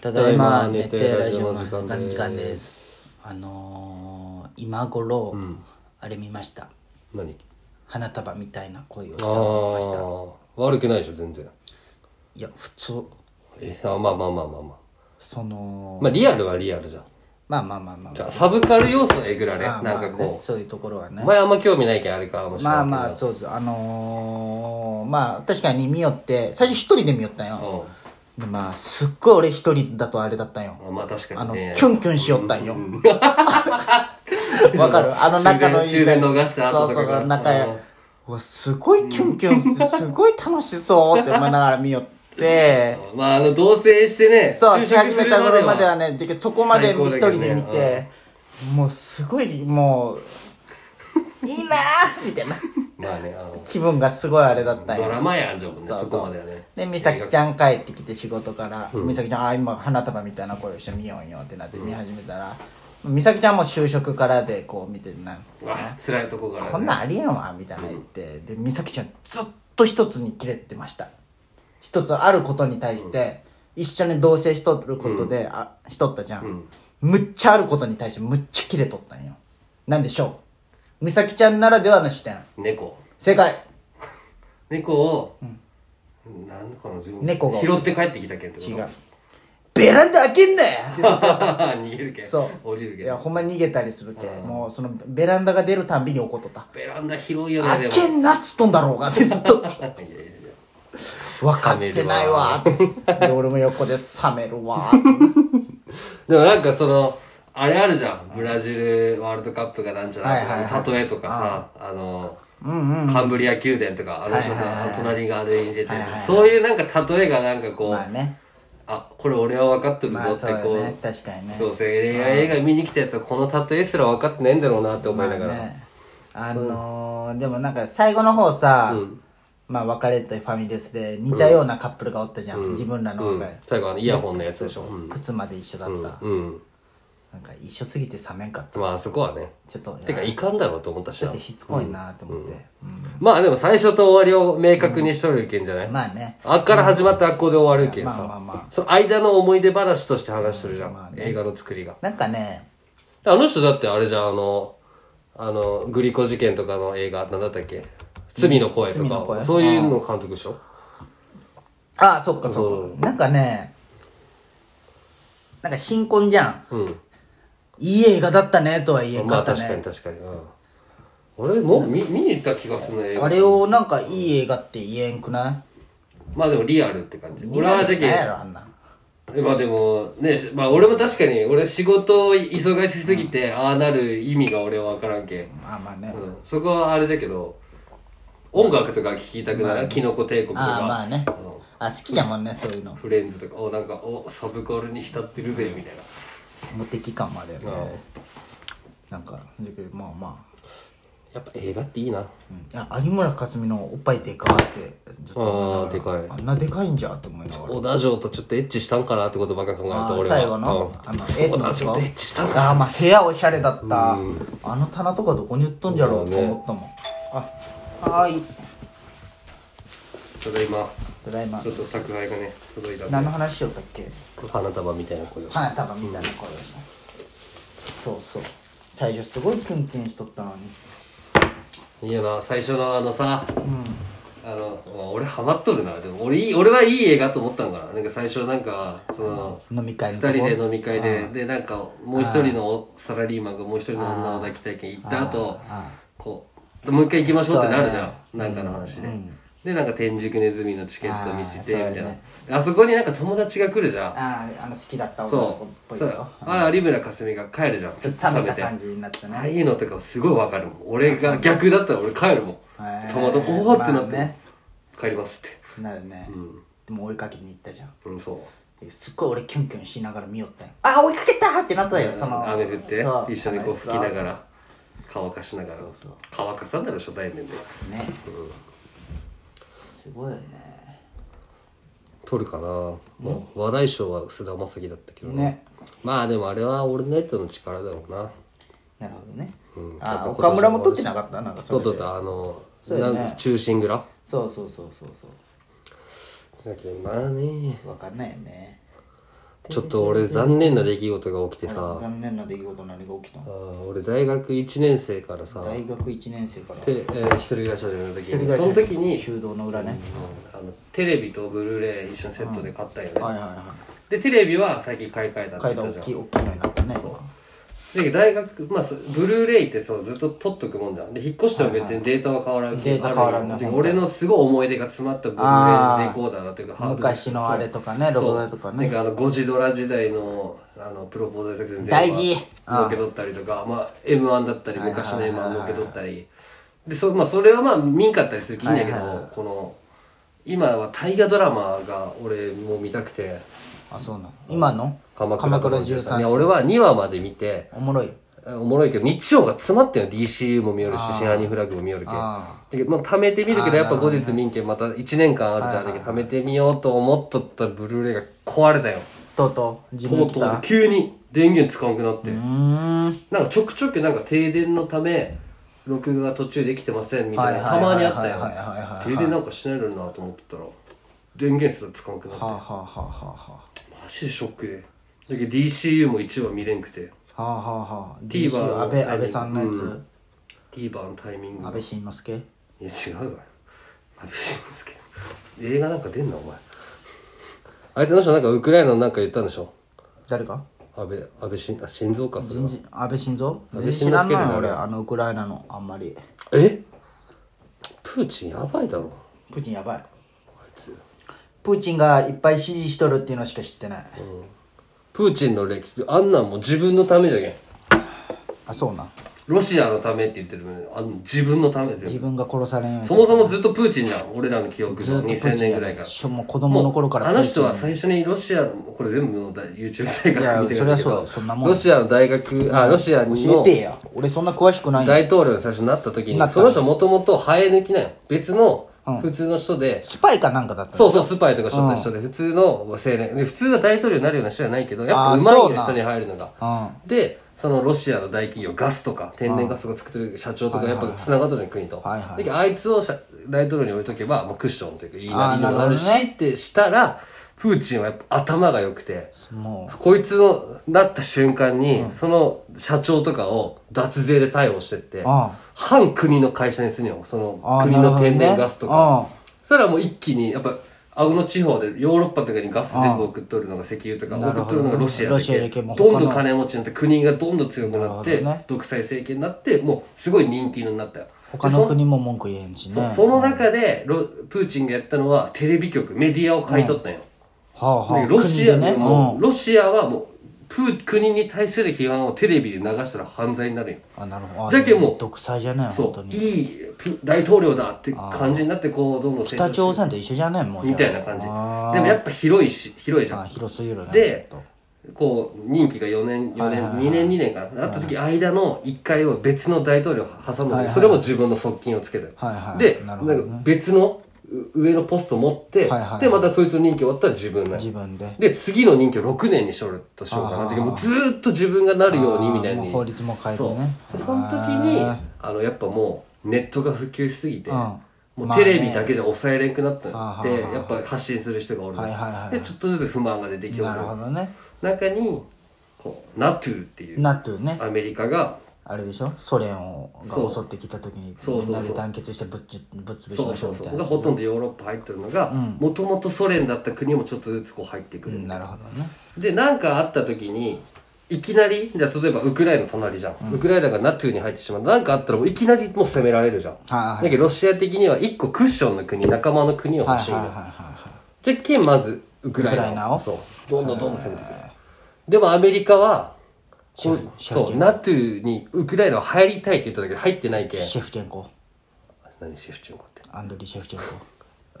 ただいま寝寝ててララジジオオのの時時間間でですすあのー今頃、んあれ見ました何花束みたいな恋をしたあの見ましたあ悪くないでしょ全然いや普通えあまあまあまあまあまそのあまあリアルはリアルじゃんまあまあまあまあじゃあサブカル要素えぐられまあなんかまあねこそういうところはうねお前あんま興味ないけんあれかもしれないまあまあそうですあのーまあ確かに見よって最初一人で見よったんあよ、でまあすっごい俺一人だとあれだったんよ、うんまあ確かあにの、ねキュンキュンしよったん よ。わかるあの中の終電終電逃した後とかそうそう、中うやん。うわ、すごいキュンキュンして、すごい楽しそうって思いながら見よ って、まああの同棲してねそう、就し職始すめるた頃ままででははね、でそこまで最高一だけど人でね見て、もうすごい、もう、いいなーみたいなまあねあの気分がすごいあれだったんドラよ。マやんじゃもんねそうそこまではねで、美咲ちゃん帰ってきて仕事から、美咲ちゃん、あ、今花束みたいな声をしてみようよってなって見始めたら、美咲ちゃんも就職からでこう見てな、あ辛いとこからねこんなんありえんわみたいな言ってで美咲ちゃんずっと一つにキレてました一つあることに対して一緒に同棲しとることで、あしとったじゃん、むっちゃあることに対してむっちゃキレとったんよなんでしょう美咲ちゃんならではの視点猫正解猫を、なんかの猫が拾って帰ってきたけんってこと違うベランダ開けんなよって 逃げるけんそう降りるけいんやほんまに逃げたりするけ、もうそのベランダが出るたんびに怒っとったベランダ広いよね開でもけんなっつっとんだろうがってずっ と分かってないわで俺も横で冷めるわでもなんかそのあれあるじゃんブラジルワールドカップがなんちゃら、はいはいはい例えとかさあの、カンブリア宮殿とかあの人の、あの隣があれに出てる、はいはいはいそういうなんか例えがなんか こう、まあねあこれ俺は分かってるぞまあっそうてよこう、ね確かにねどうせ恋愛映画見に来たやつはこの例えすら分かってないんだろうなって思いながら、ねあのーでもなんか最後の方さ、うんまあ別れたファミレスで似たようなカップルがおったじゃん、自分らの方うんが、、最後あのイヤホンのやつでしょ、そううん靴まで一緒だった、うんなんか一緒すぎて冷めんかったまあそこはねちょっとてかいかんだろうと思ったしちょなっとしつこいなと思って、うんまあでも最初と終わりを明確にしとるけんじゃない、まあねあっから始まってあっこで終わるけんさ、まあまあまその間の思い出話として話しとるじゃん、まあ映画の作りがなんかねあの人だってあれじゃんあのあのグリコ事件とかの映画なんだったっけ罪の声と罪かの声そういうの監督でしょああそっかそっかなんかねなんか新婚じゃんうんいい映画だったねとは言えんまかあった確かねに確かに、うん、俺もう見見に行った気がするね映画あれをなんかいい映画って言えんくないまあでもリアルって感じ俺は事リアルじゃない件やろあんなまあでもね、まあ俺も確かに俺仕事忙しすぎてああなる意味が俺は分からんけん、まあまあね、うん、そこはあれじゃけど音楽とか聴きたくなる、キノコ帝国とかああまあね、うんあ好きじゃもんねそういうのフレンズとかおなんかおサブカルに浸ってるぜみたいな無敵感もあるよね、うんなんかだけどまあまあ、やっぱ映画っていいなうんあ有村架純のおっぱいでかってずっと思いながらあーでかいあんなでかいんじゃって思いながら小田城とちょっとエッチしたんかなってことばっか考えるとあ俺ーは最後の、うんあの絵小田城とエッチしたんかあーまあ部屋おしゃれだった、あの棚とかどこに売っとんじゃろうとそうだね思ったもん、あはーいただ今ただいまちょっと作配がね届いたんで何の話しよったっけ花束みたいな声をして花束みたいな声をした、そうそう最初すごいキュンキュンしとったのにいいよな最初のあのさ、あのまあ俺ハマっとるなでも俺いい俺はいい映画と思ったんかななんか最初なんかその飲み会二のとこ人で飲み会ででなんかもう一人のサラリーマンがもう一人の女を抱きたいけん行った後こうもう一回行きましょうってなるじゃん、なんかの話で、でなんか天竺ネズミのチケット見せてみあーたいそうなやあねそ,、こになんか友達が来るじゃんあああの好きだった女の子そっぽいうそでしうょあ有村架純が帰るじゃんちちょっと冷めた感じになったああねいうのとかすごいわかるもん俺が逆だったら俺帰るもんへーたまたまおおってなまっあて、ね帰りますってなるね、でも追いかけに行ったじゃんうんそうすっごい俺キュンキュンしながら見よったよあ追いかけたってなったよその雨降ってそう一緒にこう楽し吹そきながら乾かしながらそう乾かさんだろ初対面でね、すごいよね撮るかなもう話題賞は菅田将暉だったけどねまあでもあれはオールナイトの力だろうななるほどね、うんやっあぱ岡村も撮ってなかったなんかそそうれだでったあのそうだねなん中心蔵そうそうそうそうそうだけどまあね分かんないよねちょっと俺残念な出来事が起きてさ、残念な出来事何が起きたあのー俺大学1年生からさ、で、大学一年生からえー一人暮らし始めた時一人暮に、らしその時に、修道の裏ね、あのテレビとブルーレイ一緒にセットで買ったよね、はいはいはいでテレビは最近買い替えたって階言段大ったきじい大きいのになったねゃんで大学まあそうブルーレイってそうずっと取っとくもんじゃんで引っ越しても別にデータは変わらんデータ変わらんねあるよ本当俺のすごい思い出が詰まったブルーレイのレコーダーだというかハードディ昔スクのあれとかねそう録画とかねなんかあのゴジドラ時代のあのプロポーズ作戦全部大事儲け取ったりとか、まあ、m 1だったり昔の m 1儲け取ったりでそ,、まあ、それはまあ見んかったりする気いいんだけど、はいはいはこの今は大河ドラマが俺もう見たくてあそうなの今の鎌倉いや13俺は2話まで見ておもろいおもろいけど日曜が詰まってんの DCU も見よるし真犯人フラグも見よるけあだけどまあ貯めてみるけどやっぱ後日見んけんまた1年間あるじゃんだけど貯めてみようと思っとったブルーレイが壊れたよとうとう自と分う来とたう急に電源使わなくなってうーんなんかちょくちょくなんか停電のため録画が途中できてませんみたいはないたはいまはいにはいあったよはいはいはいはい停電なんかしないのになと思ってたら電源すら使わなくなってはあ、はあはあはあはマジでショックでだけど DCU も1話見れんくてあはあはあはあ TVer の安倍安倍さんのやつ、うん TVer のタイミング安倍晋之助いや違うわ安倍晋之助映画なんか出んなお前あいつの人なんかウクライナのなんか言ったんでしょ誰か安倍安倍晋あ心臓かそれは人事安倍晋三安全倍然知晋之助らんのだよよ俺あのウクライナのあんまりえプーチンやばいだろプーチンやばいプーチンがいっぱい支持しとるっていうのしか知ってない、プーチンの歴史あんなんもう自分のためじゃけんあそうなんロシアのためって言ってるのにあん自分のためです自よ分が殺されんようにそもそもずっとプーチンじゃん俺らの記憶ずっのとプーチン2000年ぐらいからしょもう子供の頃からあの人は最初にロシアのこれ全部のだ YouTube 大いや学見てるんだけそりゃそうどだそんなもんロシアの大学あロシアの教えてや俺そんな詳しくないよ大統領に最初になった時なにったその人もともと生え抜きなんよ別の普通の人で、スパイかなんかだったのそうそう、スパイとかしとった人で、普通の青年。で普通は大統領になるような人じゃないけど、やっぱあーうまいよそうなん人に入るのが。うでそのロシアの大企業ガスとか天然ガスとか作ってる社長とかやっぱつながっとるのよ国と、はいはいはいであいつを社大統領に置いとけば、まあ、クッションというかいいなあーりにもななるるほしどねってしたらプーチンはやっぱ頭が良くてもこいつのなった瞬間に、その社長とかを脱税で逮捕してってああ反国の会社にするのよそのああ国なるほのどね天然ガスとかああをそしたらもう一気にやっぱ青の地方でヨーロッパとかにガス全部送っとるのが石油とかなる送っほとどるねのがロシアロだシアだけけもう他のどんどん金持ちになって国がどんどん強くなっなてるほどね独裁政権になってもうすごい人気になったよう他でその国も文句言えんしねそその中でロプーチンがやったのはテレビ局メディアを買い取ったんよ、はあはあでロシア国でねもううロシアはもうプー国に対する批判をテレビで流したら犯罪になるよんあなるほどあじゃけんもう独裁じゃねえ本当そうにいいプ大統領だって感じになってこうどんどん成北長して朝鮮と一緒じゃねえもうじゃみあたいな感じであもやっぱ広いし広いじーゃあん広すぎるねでちょっとこう任期が4年4年2年2年かなあった時間の1回を別の大統領が挟むのでそれも自分の側近をつけてはいはいでななるほんかどね別のう上のポスト持ってはいはいでまたそいつの任期終わったら自分なの自分でで次の任期を6年にしよるとしようかなあーでもうずーっと自分がなるようにみたいあーもにう法律も変えてそうねでその時にあのやっぱもうネットが普及しすぎて、うんもまあうねテレビだけじゃ抑えれなくなったのあで、ーはーはーやっぱ発信する人がおるの、はいはいはいでちょっとずつ不満が出てきよなるほるどね中にこう NATO っていうなってるねアメリカがあれでしょソ連をそがう襲ってきた時にそうみそんうそうなで団結してぶっちぶっ潰しそまうしょそううみそたいうながほとんどヨーロッパ入ってるのがもともとソ連だった国もちょっとずつこう入ってくる、うんなるほどねで何かあった時にいきなりじゃあ例えばウクライナの隣じゃん、ウクライナが NATO に入ってしまう何かあったらもういきなりもう攻められるじゃん、はいはいだけどロシア的には一個クッションの国仲間の国をはい欲しいはいの、はいはじゃっけんまずウクライナウクライナをそうどんどんどんどん攻めてくるでもアメリカはシェフこうシェフそう NATO にウクライナは入りたいって言っただけど入ってないけんいシェフチェンコ何シェフチェンコってアンドリー・シェフチェンコ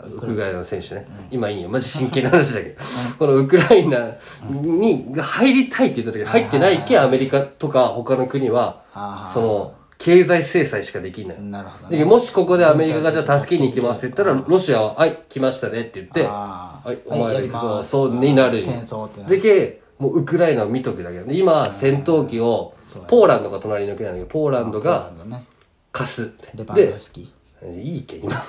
ウクライナの選手ね、今いいよマジ真剣な話だけ ど、このウクライナにが入りたいって言った時に入ってないけアメリカとか他の国はあその経済制裁しかできないなるほどでもしここでアメリカがじゃあ助けに行きますって言ったらロシアは「はい来ましたね」って言って「あはーいおはいや前り行くまぞ」すそうになる戦争ってなるでけもうウクライナを見とくだけで今戦闘機をポーランドが隣の国なんだけどポーランドポーラがンドね貸すってレバンドでフスキーいいけ今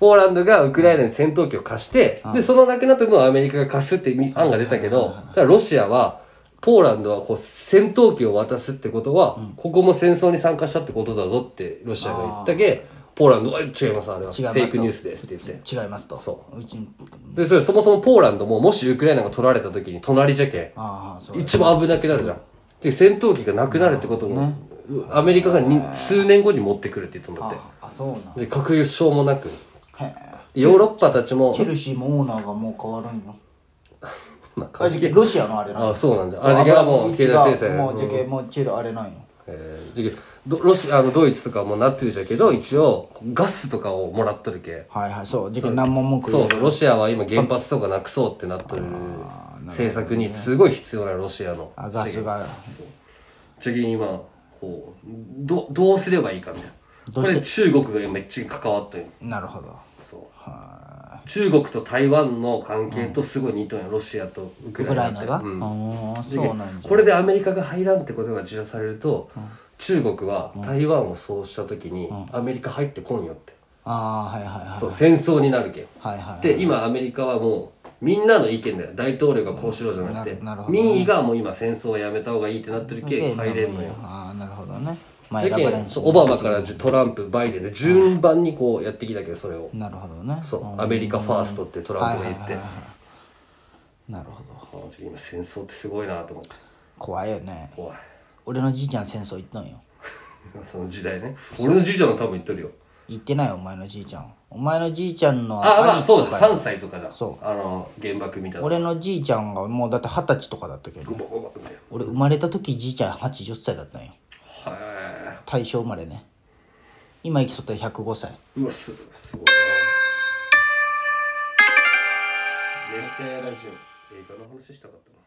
ポーランドがウクライナに戦闘機を貸して、でそのなくなった分をアメリカが貸すってみ案が出たけど、だからロシアはポーランドはこう戦闘機を渡すってことは、ここも戦争に参加したってことだぞってロシアが言ったけポーランドは違いますあれはフ違いますとェイクニュースですって言って違いますとそううちにでそれそもそもポーランドももしウクライナが取られた時に隣じゃけんああそう一番危なくなるじゃんで戦闘機がなくなるってことも、アメリカがに数年後に持ってくるって言ったんだっあそうなんてで核輸送もなくへヨーロッパたちもチェルシーもオーナーがもう変わるんよまああじゃけロシアのあれなんあそうなんじゃあれだけはもう経済制裁もううんじゃけもうチェルあれなんよえーじゃけどロシアのドイツとかもなってるじゃけど一応ガスとかをもらっとるけはいはいそうじゃけ何も文句言そえうロシアは今原発とかなくそうってなっとる政策にすごい必要なのロシアのあガスがじゃけ今こうどどうすればいいかみたいなこれ中国が今めっちゃ関わってるなるほどそう中国と台湾の関係とすごい似とんやロシアとウクウクラライイナナってがあうんあそうなんじゃこれでアメリカが入らんってことが示唆されると、中国は台湾をそうした時に、アメリカ入ってこんよって、ああーはいはいはいそう戦争になるけん、はいはいで今アメリカはもうみんなの意見だよ大統領がこうしろじゃなくて、なるなるほどね民意がもう今戦争をやめた方がいいってなってるけん入れんのよああなるほどねまあだ選ばけれんんしそうオバマからトランプバイデンで順番にこうやってきたけどそれをなるほどねそうアメリカファーストってトランプが言って、なるほどあちょ今戦争ってすごいなと思って怖いよね怖い俺のじいちゃん戦争行っとんよその時代ね俺のじいちゃんは多分言っとるよ行ってないよお前のじいちゃんお前のじいちゃんのあ、まあ、兄貴そうとです。か3歳とかだ。そあの、原爆見たの。俺のじいちゃんがもうだって二十歳とかだったけどボボボボみたい俺生まれた時じいちゃん80歳だったんよなは大正生まれね今生きとったら105歳い。うわ、す、すごいな。熱帯夜ラジオ。映画の話したかったな。